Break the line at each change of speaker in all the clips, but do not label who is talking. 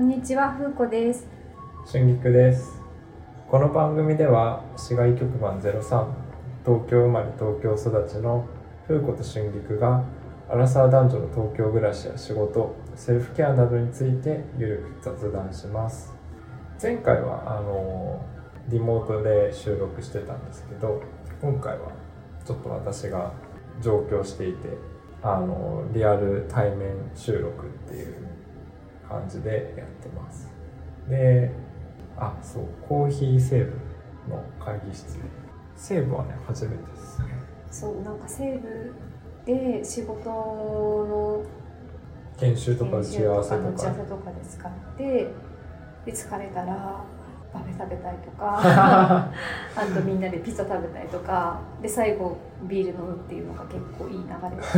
にちは、ふうこです。
春菊ですこの番組では市外局番03東京生まれ東京育ちの風子と春菊がアラサー男女の東京暮らしや仕事セルフケアなどについてゆるく雑談します前回はあのリモートで収録してたんですけど今回はちょっと私が上京していてあのリアル対面収録っていう感じでやってますであそうコーヒーセーブの会議室でセーブはね初めてです
そう、なんか西部で仕事の
研修とか打
研
ち
修
合わ
と
せ
かの打
と
ち合わせ
か
とかで使って、で疲れたらパフェ食べたりと か、あとみんなでピザ食べたりとか、で最後ビール飲むっていうのが結構いい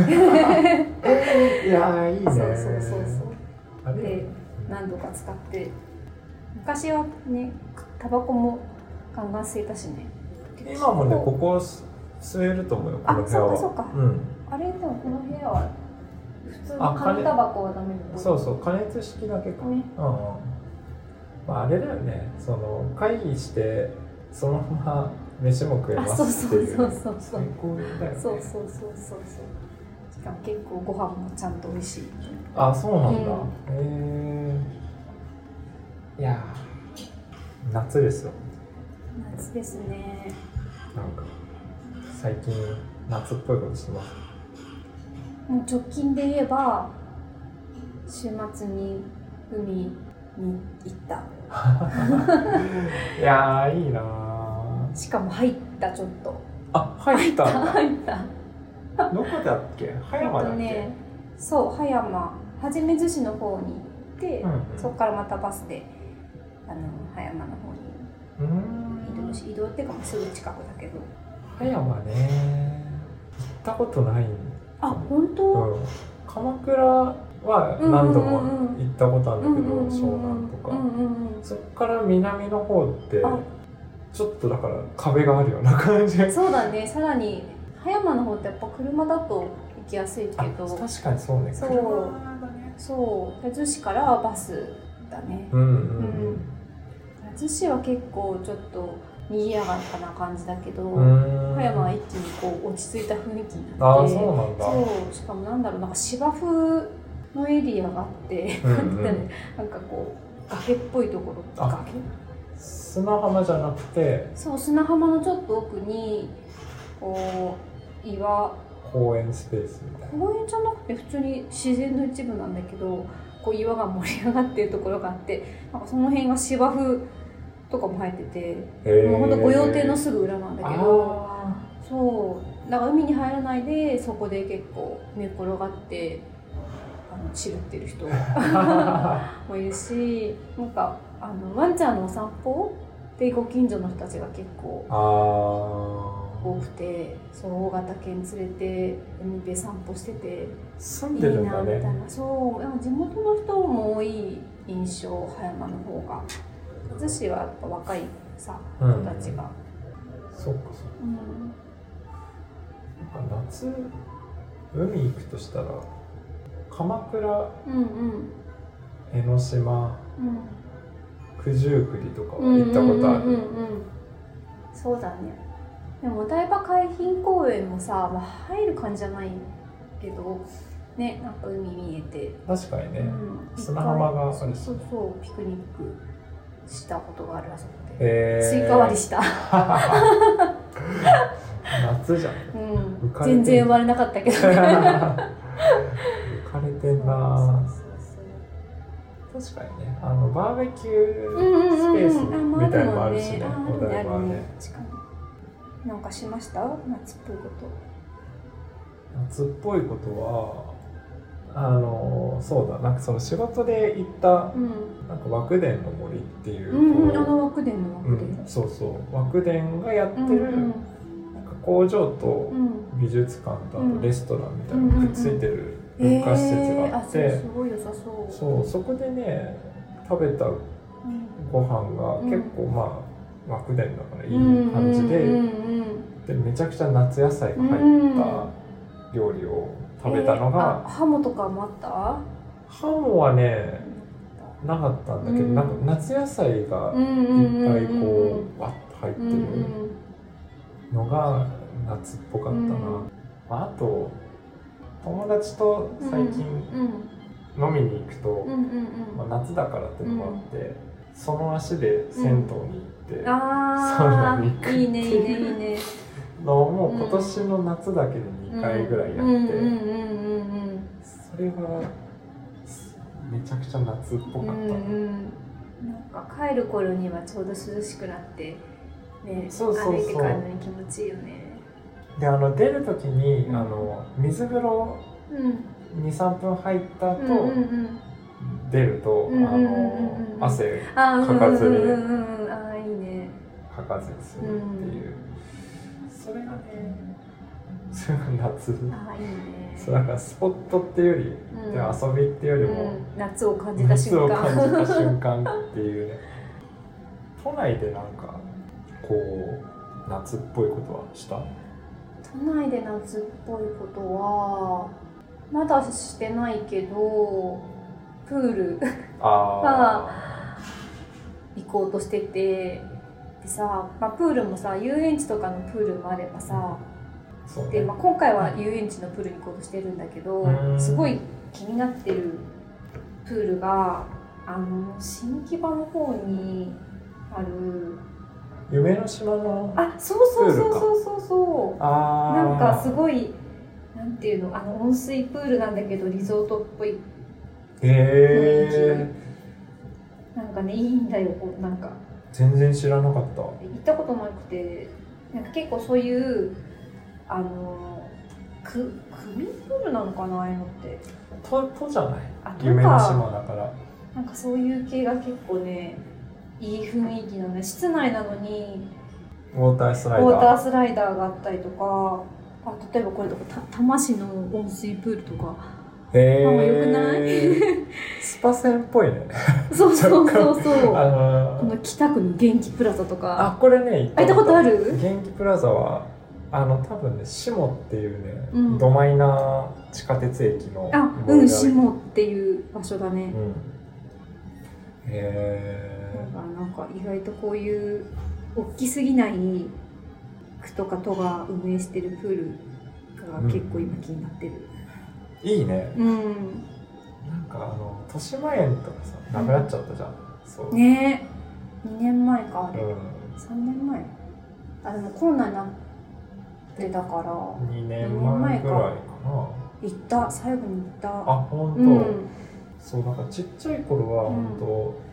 流れ。
いやーいい
そ
ね
うそうそうそう。
あれ
で何度か使って昔はねタバコもガンガン吸えたしね
今もねここ吸えると思うよこの部屋は
あそうかそうか
うん、
あれでもこの部屋は普通の
あ
紙タバコはダメだ
そううそう加熱式だけか、
ね
うんうんまああれだよねその会議してそのまま飯も食えま
あそう
す
そ
って
う
いう
そうそうそう
最高だよね
そうそうそうそうそうしかも結構ご飯もちゃんと美味しい
あそうなんだ、へえいやー夏ですよ
夏ですね
なんか最近夏っぽいことしてます
もう直近で言えば週末に海に行った
いやーいいなー
しかも入ったちょっと
あ入った んだ
入った
どこだっけ葉山だっけ、
えっとね、そう葉山はじめ寿司の方に行って、
うんうん
そこからまたバスであの葉山の方に
う
移
ー
動
ん
し移動っていうかもうすぐ近くだけど
葉山ね行ったことないん
あ本当、
うん鎌倉は何度も行ったことあるんだけど、湘南とか、
うんうんうん
そっから南の方って
あ
ちょっとだから壁があるような感じが
そうだねさらに葉山の方ってやっぱ車だと行きやすいけ
あ
ど
確かにそうね
そう
車だね
そう寿司からバスだね
うんうん
寿司は結構ちょっと賑やかな感じだけど、
うんう
葉
ん
山は一気にこう落ち着いた雰囲気になっ
ああ
て
そうなんだ
そうしかもなんだろうなんか芝生のエリアがあって、
うんう
なんて言ったらいいの
ん
なんかこう崖っぽいところ
あ
崖
砂浜じゃなくて
そう砂浜のちょっと奥にこう岩
公園スペースみたいな
公園じゃなくて普通に自然の一部なんだけどこう岩が盛り上がってるところがあってなんかその辺が芝生とかも生えてて、
へー
もうほんと御用邸のすぐ裏なんだけど
あ
そうだから海に入らないでそこで結構寝転がってあの散るってる人
ー
もいるしなんかあのワンちゃんのお散歩でご近所の人たちが結構
あ
多くてそう大型犬連れて海辺散歩してて
ー住
い
ん
い
で
な
るん
みた
だ
い
ね
なそうでも地元の人も多い印象葉山の方が葛飾はやっぱ若いさ
うん
人たちが、
そっかそっ
うん、
かなんか夏海行くとしたら鎌倉
うんうん
江ノ島
うん
九十九里とかは行ったことあ
うんうんう
る
んうんそうだねでもお台場海浜公園もさ、まあ、入る感じじゃないけどねなんか海見えて、
確かに
う
ね
ん
砂浜があるし
そうそうそうピクニックしたことがあるあそこで、
へー
スイカ割りした、
夏 じゃん
うん
浮かれてる
全然生まれなかったけどね
浮かれてんな
そうそうそう
確かにねあのバーベキュ
うんうん
ースペース
うんあ
みたいのもあるしね
あ
お
あるねあ
台場
る
は
ね
ね
確かになんかしました夏っぽいこと
夏っぽいことはあのそうだなんかその仕事で行った
うん
なんか枠伝の森っていうう、
んうん
こ
あ
う
の枠での枠で、
うんそうそう枠伝がやって
うん
る、
うん
なんか工場と
うん
美術館とあ
うん
とレストランみたいなのがくっついてる文化施設があって、
えーあそうすごい良さそう
そうそこでね食べた
うん
ご飯が結構、まあ枠伝だからいい感じで,、
うんうんうん
でめちゃくちゃ夏野菜が入った料理を食べたの
えー
が、
あハモとかもあった
ハモはねなかったんだけど、
うん
なんか夏野菜が
うんう
いっ
ん
ぱ
う
い
ん
こうわっと入って
うんう
る
んうん
のが夏っぽかったな、
うん
あと友達と最近
うん
飲みに行くと
うんう、んうん
まあ、夏だからっていうのもあって、その足で銭湯に行って、サウナ
あ
に行く
あいいねいいねいいね
のをもう今年の夏だけで2回ぐらいやって、
うんうんうんうんうん
それはめちゃくちゃ夏っぽかった、
うんうん、なんか帰る頃にはちょうど涼しくなって、ね、
そうそうそう
歩いて帰るのに気持ちいいよね。
であの出る時に、
うん
あの水風呂
うん、
23分入った後、
うんうんうん、
出ると、
うん
あの
うん
汗
あー
かかずに
うんうんうんうん、あーいいね。
かかずにするっていう、それがねそれが夏
あーいいね。
そうだからスポットっていうより、
うん
で遊びっていうよりも、
うん、夏を感じた
夏
瞬
を
間。
感じた瞬間っていうね都内でなんかこう夏っぽいことはした
都内で夏っぽいことはまだしてないけど、プール。
あ
行こうとしててでさ、まあ、プールもさ遊園地とかのプールもあればさ
ーそう
で、
ね
まあ、今回は遊園地のプールに行こうとしてるんだけど
うん
すごい気になってるプールがあの新木場の方にある
夢の島の
あそうそうそう
プールか
そうそうそう
あー
なんかすごいなんていうのあの温水プールなんだけどリゾートっぽい
へえ
なんかねいいんだよこうなんか
全然知らなかった
行ったことなくてなんか結構そういうあのく組プールなのかなああいうのって
都都じゃない
あと
夢の
か
島だから
なんかそういう系が結構ねいい雰囲気なので室内なのに
ウォータース
ウ
ライダー
ォータースライダーがあったりとかあ例えばこれとかた多摩市の温水プールとか
へ
なんか良く
えスパ船っぽいね
そうそうそうそ
あ
うこ
のー
の北区の元気プラザとか
あこれね
あ行ったことある
元気プラザはあの多分ねシモっていうね、
うん
ドマイナー地下鉄駅の
あ
上
うん
である
下っていう場所だね、
うんへえ
だからなんか意外とこういう大きすぎない区とか都が運営してるプールが結構今気になってる。
いいね
うん。
なんかあの豊島園とかさなくなっちゃったじゃん、そう、
ねえ。2年前かあれ。
う
3年前あ、でもコロナになってたから、行
ん、
年
2年
前
前
か
ぐらいかな
った。最後に行った。
あ本当、
うん。
そうなんかちっちゃい頃は本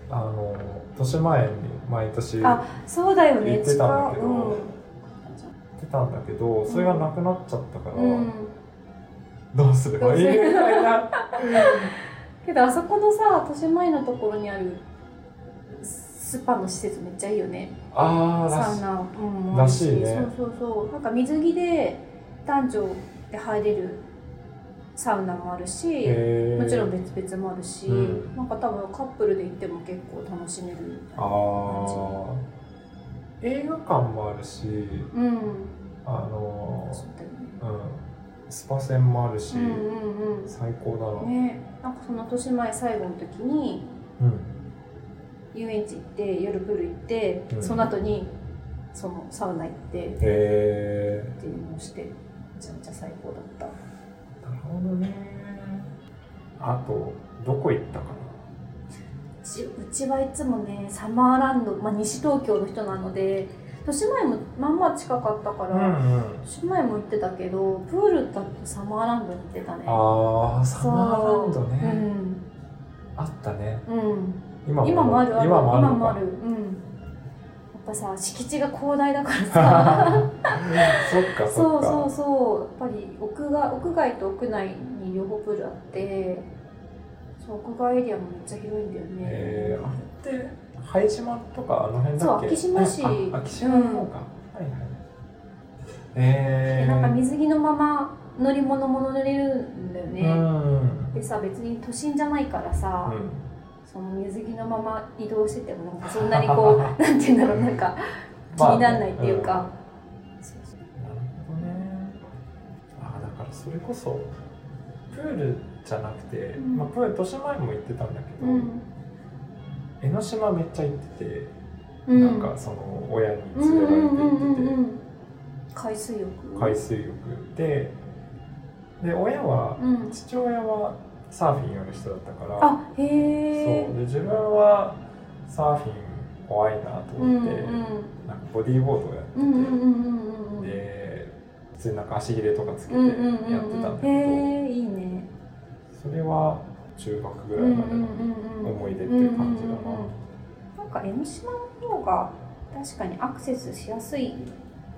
当、あの豊島園に毎年行
あ
っ
そうだよ
言
ね、
ってたんだけど
うん。
てたんだけど、それがなくなっちゃったから、
うん。
どうすればいいみたいな
けどあそこのさ、豊島園のところにあるスパの施設めっちゃいいよね。
あー
サ
らし
ウナ、うん、
いらしいね
そうそうそうなんか水着で男女で入れるサウナもあるし、
へー
もちろん別々もあるし、
うん
なんか多分カップルで行っても結構楽しめる
ああ映画館もあるし
うん
あの
そうだよね
ー、うん、スパ船もあるし、
うんうん
最高だ
う
な、
んねなんかその年前最後の時に
うん
遊園地行って夜プール行って、
うん
その後にそのサウナ行ってっ
へえ
ていうのをしてめちゃめちゃ最高だった
なるほどねあとどこ行ったか
ちうちはいつもねサマーランド、まあ、西東京の人なので豊島園もまあまあ近かったか
なう
ら、
んうん
豊島園も行ってたけどプールだとサマーランドに行ってたね
あーサマーランド
う
ね、
ん、
あったね
うん、
今も
今もあるある
今もある
今もあるうんやっぱさ敷地が広大だ からさ
そっかそ
そ
っ
う
か
そうそうやっぱり屋外屋外と屋内に両方プールあってそう屋外エリアもめっちゃ広いんだよね、
えー、あれって拝島とかあの辺だっけ
そう昭島市
ああ昭島の方か、はいはいえ
で
ー、
なんか水着のまま乗り物も乗れるんだよ
う
ね、
ん
でさ別に都心じゃないからさ、その水着のまま移動しててもなんかそんなに こうなんて言うんだろうなんか気
まあ
にならないっていうか、そうそう
なるほどねあだからそれこそプールじゃなくて、
うん
まあ、プール年前も行ってたんだけど、
うん
江ノ島めっちゃ行ってて、
う
なんかその親に連れられて行ってて、
ん海水浴
海水浴でで親は、
うん
父親はサーフィンやる人だったから
あへ
そ
え
うで自分はサーフィン怖いなと
うんう
思
ん
って、なんかボディーボードをやってて、
うんうんうんうんうん
で普通になんか足ひれとかつけて
うん
やっ
う
て
んうんうん
たんだけ
へ
ど、
えいいね
それは中学ぐ
う
ら
んう
い
ん
まで
う
の
んうん
思い出っていう感じだな、
うんうんうんなんか江ノ島の方が確かにアクセスしやすい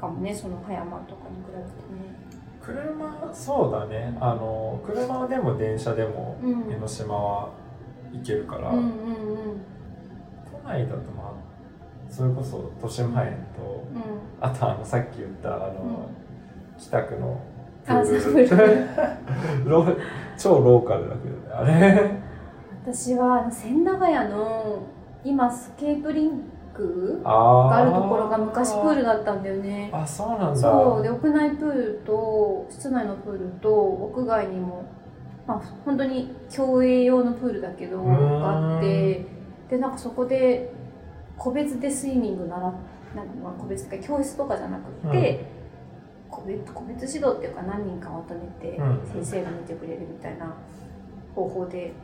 かもねその葉山とかに比べてね
車そうだねあの車でも電車でも
うん
江ノ島は行けるから、
うんうんうん
都内だとまあそれこそ豊島園と
うん
あとあのさっき言ったあの、北区のプ
あそうプ
ールロー超ローカルだけどねあれ
私は千駄ヶ谷の今スケープリンク
あ
が
ー
あるところが昔プールだったんだよね
あそうなんだ
そうで屋内プールと室内のプールと屋外にも、まあ、本当に競泳用のプールだけど
うーん
があってでなんかそこで個別でスイミング習っなんかまあ個別というか教室とかじゃなくて、個別個別指導っていうか何人かまとめて
う
先
ん
生が見てくれるみたいな方法で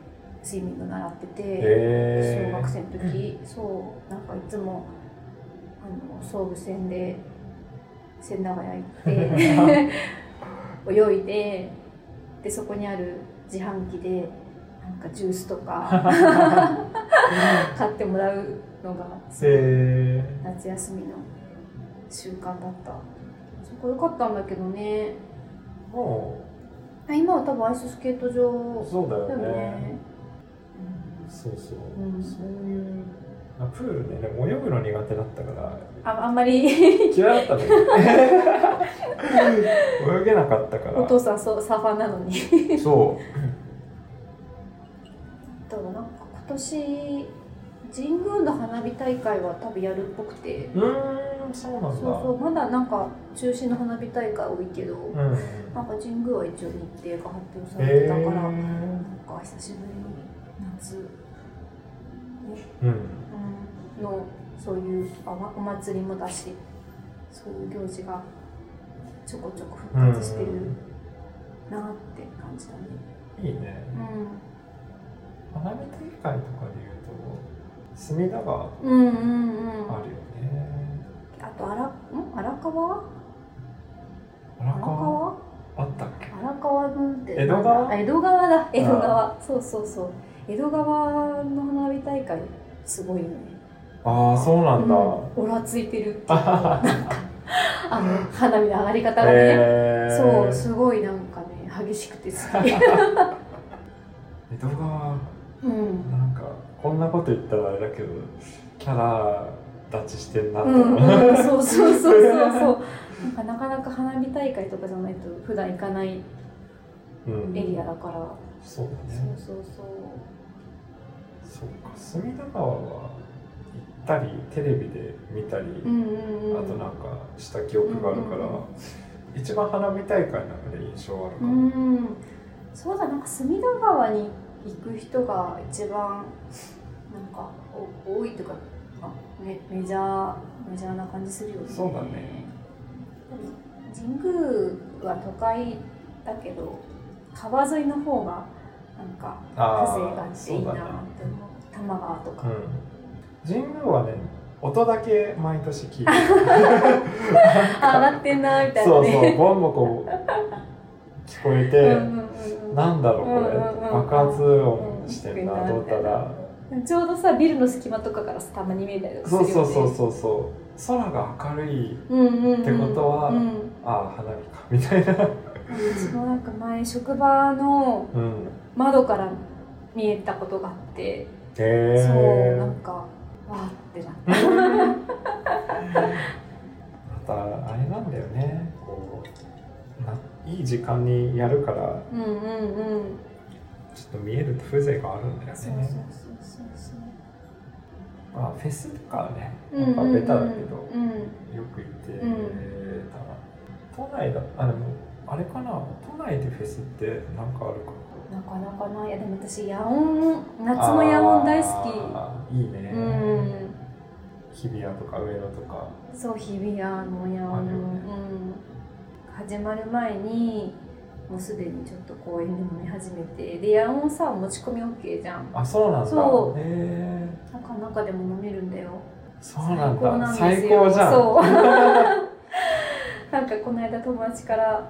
スイミング習ってて。小
へえ
学生の時、そうなんかいつもあの総武線で千駄ヶ谷行って泳いででそこにある自販機でなんかジュースとか買ってもらうのが
へえ
夏休みの習慣だったそこ良かったんだけどね
も
あ今は多分アイススケート
う
場
そうだよ
だよ
ね
ね
そうそう、
うん
そういうあプールねでも泳ぐの苦手だったから
ああんまり
嫌いだった んだけど泳げなかったから
お父さんそうサーファーなのに
そう
だからなんか今年神宮の花火大会は多分やるっぽくて
うーんそうなん
そ
だ
うそうまだなんか中止の花火大会多いけど、
うん
なんか神宮は一応日程が発表されて
へ
たから、なん
え
か久しぶりに夏
うん
うんのそういうあお祭りもだしそういう行事がちょこちょこ復活してるなって感じだね。
いいね花火大会とかでいうと隅田川あ
うん、うんうんうん
るよね
あと荒ん荒川荒
荒川
川
あったっけ
荒川軍って
江戸川
あ江戸川だ江戸川そうそうそう江戸川の花火大会すごいよね
ああそうなんだ、
うん、オラついて る
あ
あの花火の上がり方がね、
へえ
そうすごいなんかね激しくて好き
江戸川
うん
なんかこんなこと言ったらあれだけどキャラ立ちしてんなと
う
思
ん、
う、
うん、そうそうそうそうそうなんかなかなか花火大会とかじゃないと普段行かないエ
うん
リアだから、
そうだね
そうそうそう
そうか隅田川は行ったりテレビで見たり、
うんうんうん
あとなんかした記憶があるから、
うんうん
一番花火大会の中で印象ある
う
かも、
ん、そうだなんか隅田川に行く人が一番なんかお多いというか、まあメメジャーメジャーな感じするよね。
そうだね。
神宮は都会だけど川沿いの方がなんか風情があっていいな
そう
って
だね
思う。多摩川とか、
うん、神宮はね音だけ毎年聞 いてる
あ上がってんなみたいな
そう
ね。
そうボンボコ聞こえ
うん
て、
うんうんうん
なんだろうこれ、
うんうんうん
爆発音してん
う
なんと思ったら、
ちょうどさビルの隙間とかからさたまに見えたりとかす
そ
るよ
う
ね
そうそうそうそう空が明るい
うんうんうん、
ってことは
うん、
ああ花火かみたいな、
私もなんか前職場の
うん、
窓から見えたことがあって、
へえ
そうなんかわーってなって
またあれなんだよねこうないい時間にやるから
うんうんうん
ちょっと見えると風情があるんだよね
そうそうそうそう
まあ、フェスとかはね
そう
やっぱベタだけど、
うんうん
よく行ってた
う
な、
ん
都内だあでもあれかな都内でフェスってなんかあるか
なかなかないいやでも私夜音夏の夜音大好
あーいいね、
きうん
日比谷とか上野とか
そう日比谷の夜
あるよ
音、
ね
うん、始まる前にもうすでにちょっと公園でも見始めてで夜音さ持ち込み OK じゃん
あそうなんだ
そう
へえ
なんか中でも飲めるんだよ
そうな
最
ん
高
だ
なんですよ
最高じゃん
そう なんかこの間友達から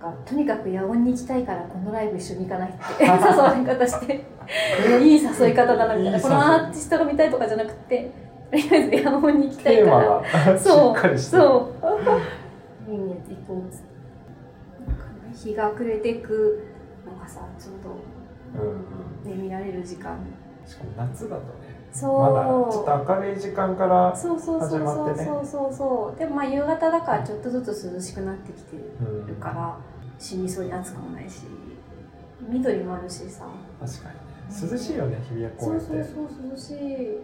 なんかとにかく夜音に行きたいからこのライブ一緒に行かないって 誘われ方していい誘い方だなみたい
いい誘
ないこのアーティストが見たいとかじゃなくてとりあえず夜音に行きた
テ
い
ー
か
マ
ら
がし
そう
っかりしてる
そう。見に行こうっつって。なんかね日が暮れてくのがさ、ちょう
うんうん
どね、見られる時間。
しかも夏だとね
そう。
まだちょっと明るい時間から
そうそうそうそうそうそうそう。でもまあ夕方だからちょっとずつ涼しくなってきて
うん
るから、死にそうに暑くもないし、緑もあるしさ。
確かにね涼しいよね日比谷公
そ
園
う
って
そうそう涼しい。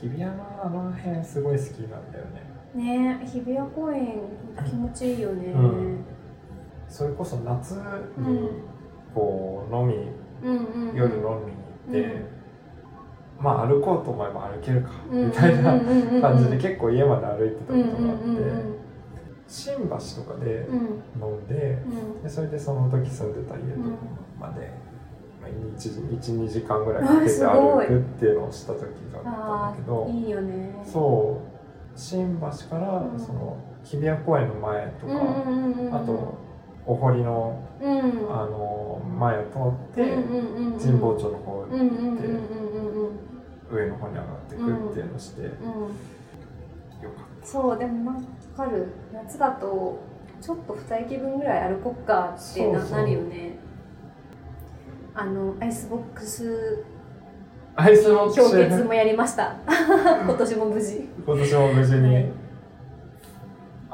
日比谷のあの辺すごい好きなんだよね
ね日比谷公園気持ちいいよね。
うんそれこそ夏にこう飲み、
うんうん、うん。
夜飲みに行って、
うん
まあ歩こうと思えば歩けるか
うん
みたいな感じで
結
結構家まで歩いてたこと
うん
が
う
あって、
んうんうん
新橋とかで
うん
飲んで
うん
でそれでその時住んでた家とかまで、まあ、12時間ぐらいかけて
あ
歩
すごい
くっていうのをした時があったんだけど。
いいよね。
そう新橋から
うん
その日比谷公園の前とか、
うんうんうんうん、
あとお堀の
うん、
あの前を通って、
うんうんうんうん、
神保町の方
うん
に
うん
行
うんう
っ
ん
て、
うん
上の方に上がってくっていうのをして、よ
うんうん
かっ
そうでもなんかわかる夏だとちょっと二駅分ぐらい歩こっかってな
そうそう
なるよねあのアイスボックス
たアイスボック
氷
ス
結もやりました今年も無事
今年も無事に、
はい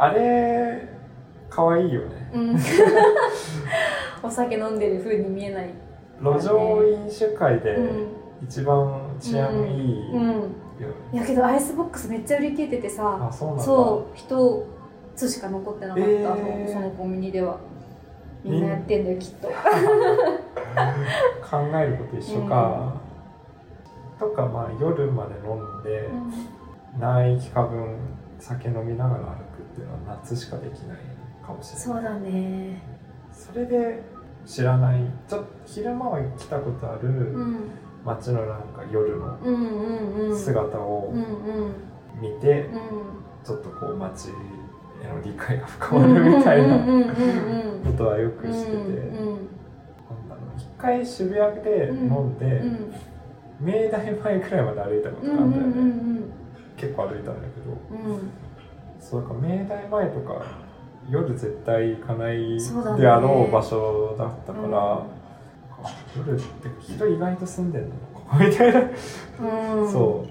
あれ可愛いよね
うん お酒飲んでる風に見えない、
路上飲酒会で
うん
一番治安いい
う
よ、
んいやけどアイスボックスめっちゃ売り切れててさ
あそうなんだ
そう人つしか残ってなかった、
えー
あのそのコンビニではみんなやってんだよきっと
考えること一緒か、とかまあ夜まで飲んで、何駅か分酒飲みながら歩くっていうのは夏しかできないかもしれない
そうだね
それで知らないちょっと昼間は来たことあ
う
る
ん
街のなんか夜の
うんうんうん
姿
う
を
んうん
見て、
う
ちょっとこう街への理解が深
ん
まるみたいな
うんうんうん
ことはよく
うんうん
してて、
うん
なんだろう一回渋谷で飲んで、
うん
明大前くらいまで歩いたこと
う
が
ん
あ
うん
ったよね、
うん
結構歩いたんだけど
うん
そうか明大前とか夜絶対行かない
そうだね
であろう場所だったから、あ夜って人意外と住んでんのかみたいな、
うんうん
そ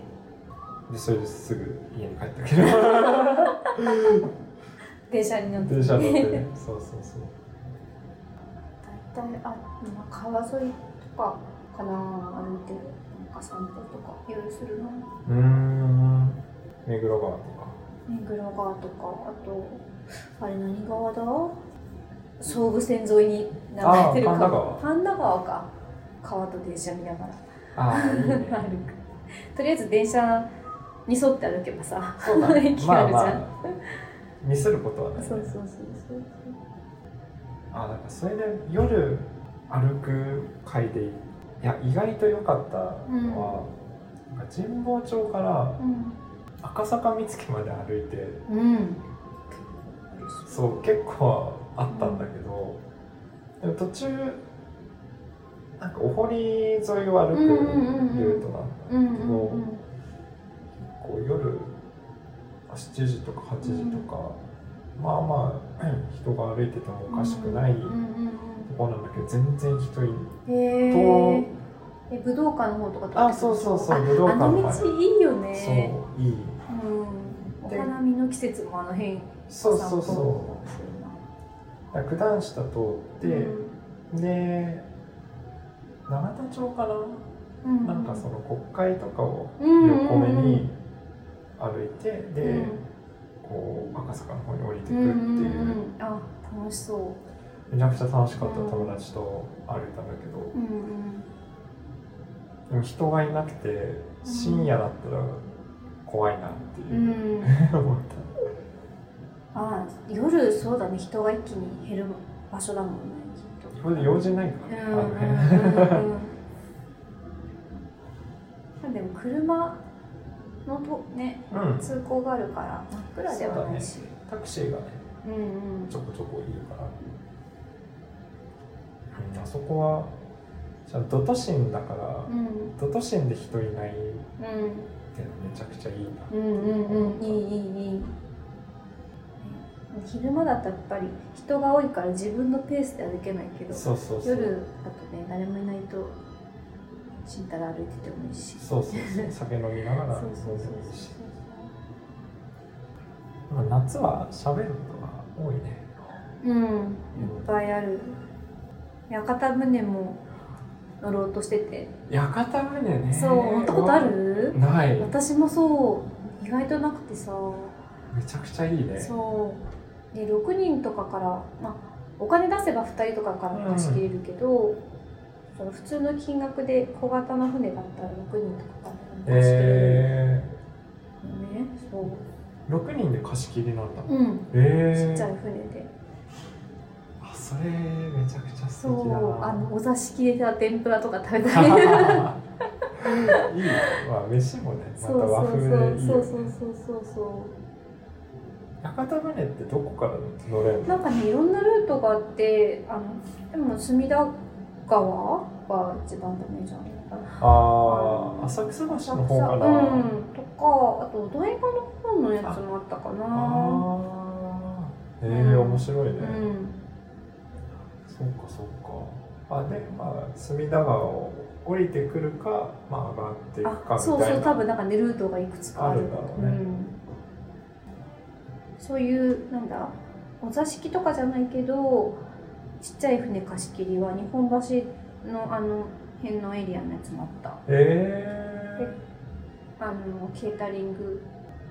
うでそれですぐ家に帰った けど
電車に乗って
電車乗ってねそうそうそう
大体あまあ川沿いとかかな歩いてるなんか散歩とか夜するな
うーん目黒川とか
目黒川とかあとあれ何川だ総武線沿いに流れてる
あー神田川
川神田川か川と電車見ながら
ああいい
歩
ね
く とりあえず電車に沿って歩けばさ
そ うだね
息
ま
があ
あ
るじゃん
まあミスることはない、ね、
そうそうそうそう
あなんかそれで夜歩く会でいや意外と良かったのは、なんか神保町から
うん
赤坂見附まで歩いて
うん
そう結構あったんだけど、でも途中なんかお堀沿いを歩く
うんうんうんうん
ルートなんだけ
う
ど、
んうんうん
こう夜7時とか8時とか、まあまあ 人が歩いててもおかしくない
うんう
と
ん
こなんだけど全然人いない。
うんへーえ武道館の方とかってこと
あそうそうそう武道
あ
館
の
まで
道いいよね
そういい
うんお
で
花見の季節もあの辺
そうそうそ
散歩するな
う九段下通って、
うん
で永田町かな、
うう
なんかその国会とかを
横
横目に歩いて、で、
うん
こう赤坂の方に降りてくって
うん
いうう、
んうんあ楽しそう
めちゃくちゃ楽しかった友達と歩いたんだけど、
うんうん
でも人がいなくて深夜だったら怖いなってい
ん
うう、思っ
あ夜そうだね人が一気に減る場所だもんねきっと
たこれで用事ないか
う
ら、
んう
ね
んう
あの
ん
辺
うん でも車のとね
うん
通行があるから真っ暗ではないし
タクシーがね
う,、んうん
ちょこちょこいるから、うん、あそこはじゃあド都心だから、
うん
ド都心で人いないっ
うん
ていうのめちゃくちゃいいな
うんうんうんいいいいいい昼間だとやっぱり人が多いから自分のペースで歩けないけど
そうそうそう
夜だとね誰もいないとちんたら歩いててもいいし
そうそうそう酒飲みながら
そうそうそう
飲んでもいいし
そ
まあ夏は喋ることが多いね
ううんいっぱいある屋形船も乗ろうとしてて
屋形船ね
そう乗ったことある
ない
私もそう意外となくてさ
めちゃくちゃいいね
そうで6人とかから、まあ、お金出せば2人とかから貸し切れるけど、その普通の金額で小型の船だったら6人とかから貸し切れる
え
のね、そう
ー、6人で貸し切りなんだ、
うん
え
ち
ー、
っちゃい船で
あそれめちゃくちゃ
そ
素敵だ
う
な
あのお座敷でさ天ぷらとか食べたり そう
いいよまあ飯もねま
そ
た
う
和風でいいよね
そうそうそうそうそ
屋形船ってどこから乗れる
うなんかねいろんなルートがあってあのでも隅田川が一番ダメじゃないかな
のああ浅草橋の方かな、
うん、とかあとお台場の方のやつもあったかな
ああええ
う
ー、
ん
面白いね、
うん
そうかそうかあでまあ隅田川を降りてくるかまあ上がっていくか
あそう
みた
そ
いうな
多分なんかねルートがいくつかある
あるんだろう
う
ね
ん、そういうなんだお座敷とかじゃないけどちっちゃい船貸し切りは日本橋のあの辺のエリアのやつもあった
え
あのケータリング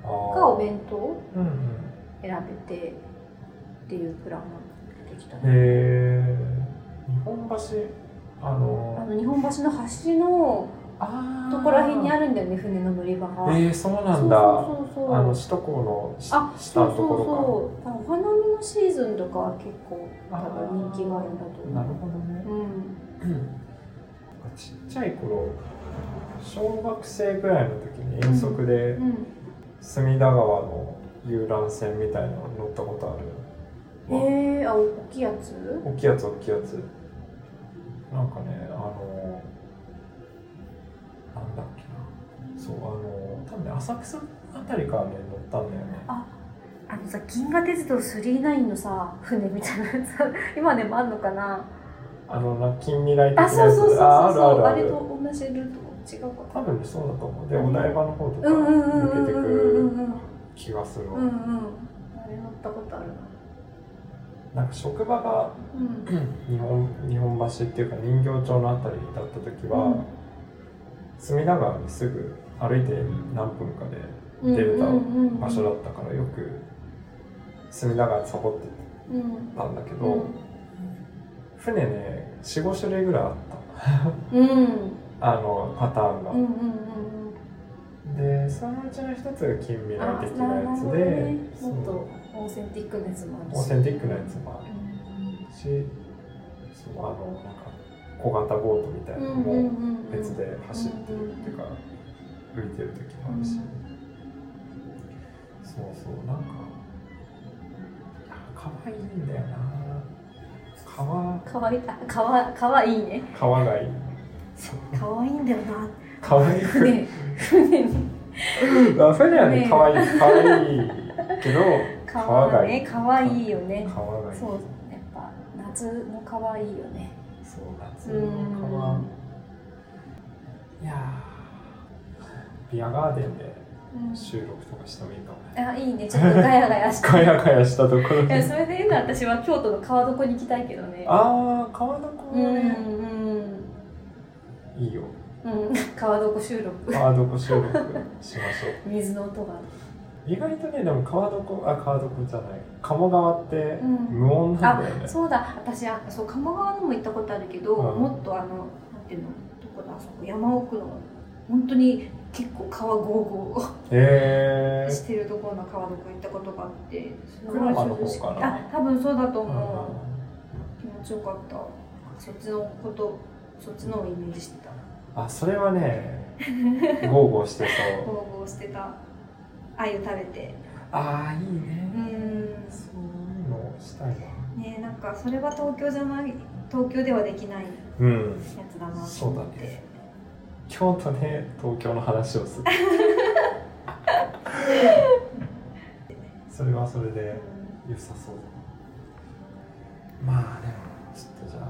えー、あ
かお
ー
弁当
うんうん
選べてっていうプランも出てきたね
へえ日本橋あ
あ
の
の日本橋の橋の
あ
ところらへんにあ
る
るんだよね船の乗り場が、
えー、そうなんだ
そうそうそうそう
あの首都高のし
あ
下
そうそ
の
う
ところ
そうお花見のシーズンとかは結構多分人気があるんだと
かなる
思
ほどね
ううん
ちっちゃい頃小学生ぐらいの時に遠足で
うん
隅田川の遊覧船みたいなの乗ったことある
へえあ大きいやつ
大きいやつ大きいやつなんかねあのなんだっけなそうあの多分ね浅草あたりからね乗ったんだよね
あのさ銀河鉄道999のさ船みたいなやつ今でもあんのかな
あのな近未来的な
あ
やつ
そうそうそうそう
ああるある
あ
あ
れ
る
と同じルート違うか
多
な
分ねそうだと思うで
うん
お台場の方とか
うんうんうん
抜けて
う
く
ん
る
うんうん
気がするわ、
うんうんあれ乗ったことあるな
なんか職 場が
うん
日本日本橋っていうか人形町のあたりだった時は、隅田川にすぐ歩いて何分かで
うん
デルタ
うん
場所だったからよく隅田川サボって
うんうん
たんだけど、
うん
船ね45種類ぐらいあっ
うん
たあのパターンが、
うんうんうん
でそのうちの一つが近未来
あ
的
な
な
る
やつ
ほど
で、
ね
そう
もっとオーセンティックなやつもあるし
オーセンティックなやつもある
う
しそのあのなんか小型ボートみたいなんの
うんうん
も
うんうん
別で走ってるっていうか浮いてる時もあるし、そうそうなんかあ可愛いんだよな川
かわいいあかわかわいいね
川がいい
そうかわいいんだよな
可愛い
船船に
まあ船はね可愛い可愛いけど川
川
がい
ね
い
かわいいよね
川がいい
そうやっぱ夏のかわいいよね
そう夏
う
の川
ん
いやービアガーデンで
うん
収録とかしてもいいかもね
あいいねちょっとガヤガヤして
ガヤガヤしたところ
いや
で
それで言うなら私は京都の川床に行きたいけどね
ああ川床
うんう
はね、
ん
いいよ
うん川床収録
川床収録しましょう
水の音が
意外とねでも川床あ川床じゃない鴨川って無音なん
あ
だよね、
そうだ私あそう鴨川のも行ったことあるけど、
うん
もっとあのなんていうのどこだあそこ山奥の本当に結構川ゴーゴ
へ
ー
え
してるところの川とか行ったことがあってすごい
鞍馬の
涼し
方かな
あ多分そうだと
う
思
ん
う、気持ちよかったそっちのことそっちのをイメージしてた
あそれはねゴーゴーして そう
ゴーゴーしてた鮎食べて
ああいいね
うん
そういうのをしたいな
ねなんかそれは東京じゃない東京ではできないや
うん
つだなと
そうだ
思って、
ね京都で東京の話 をするそれはそれで良さそうだまあでもちょっとじゃあ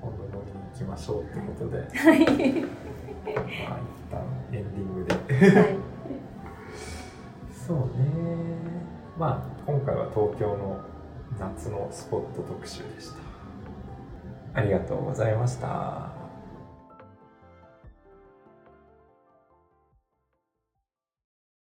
今度飲みに行きましょうってことで、ま
はい
あ、一旦エンディングで
はい
そうねまあ今回は東京の夏のスポット特集でしたありがとうございました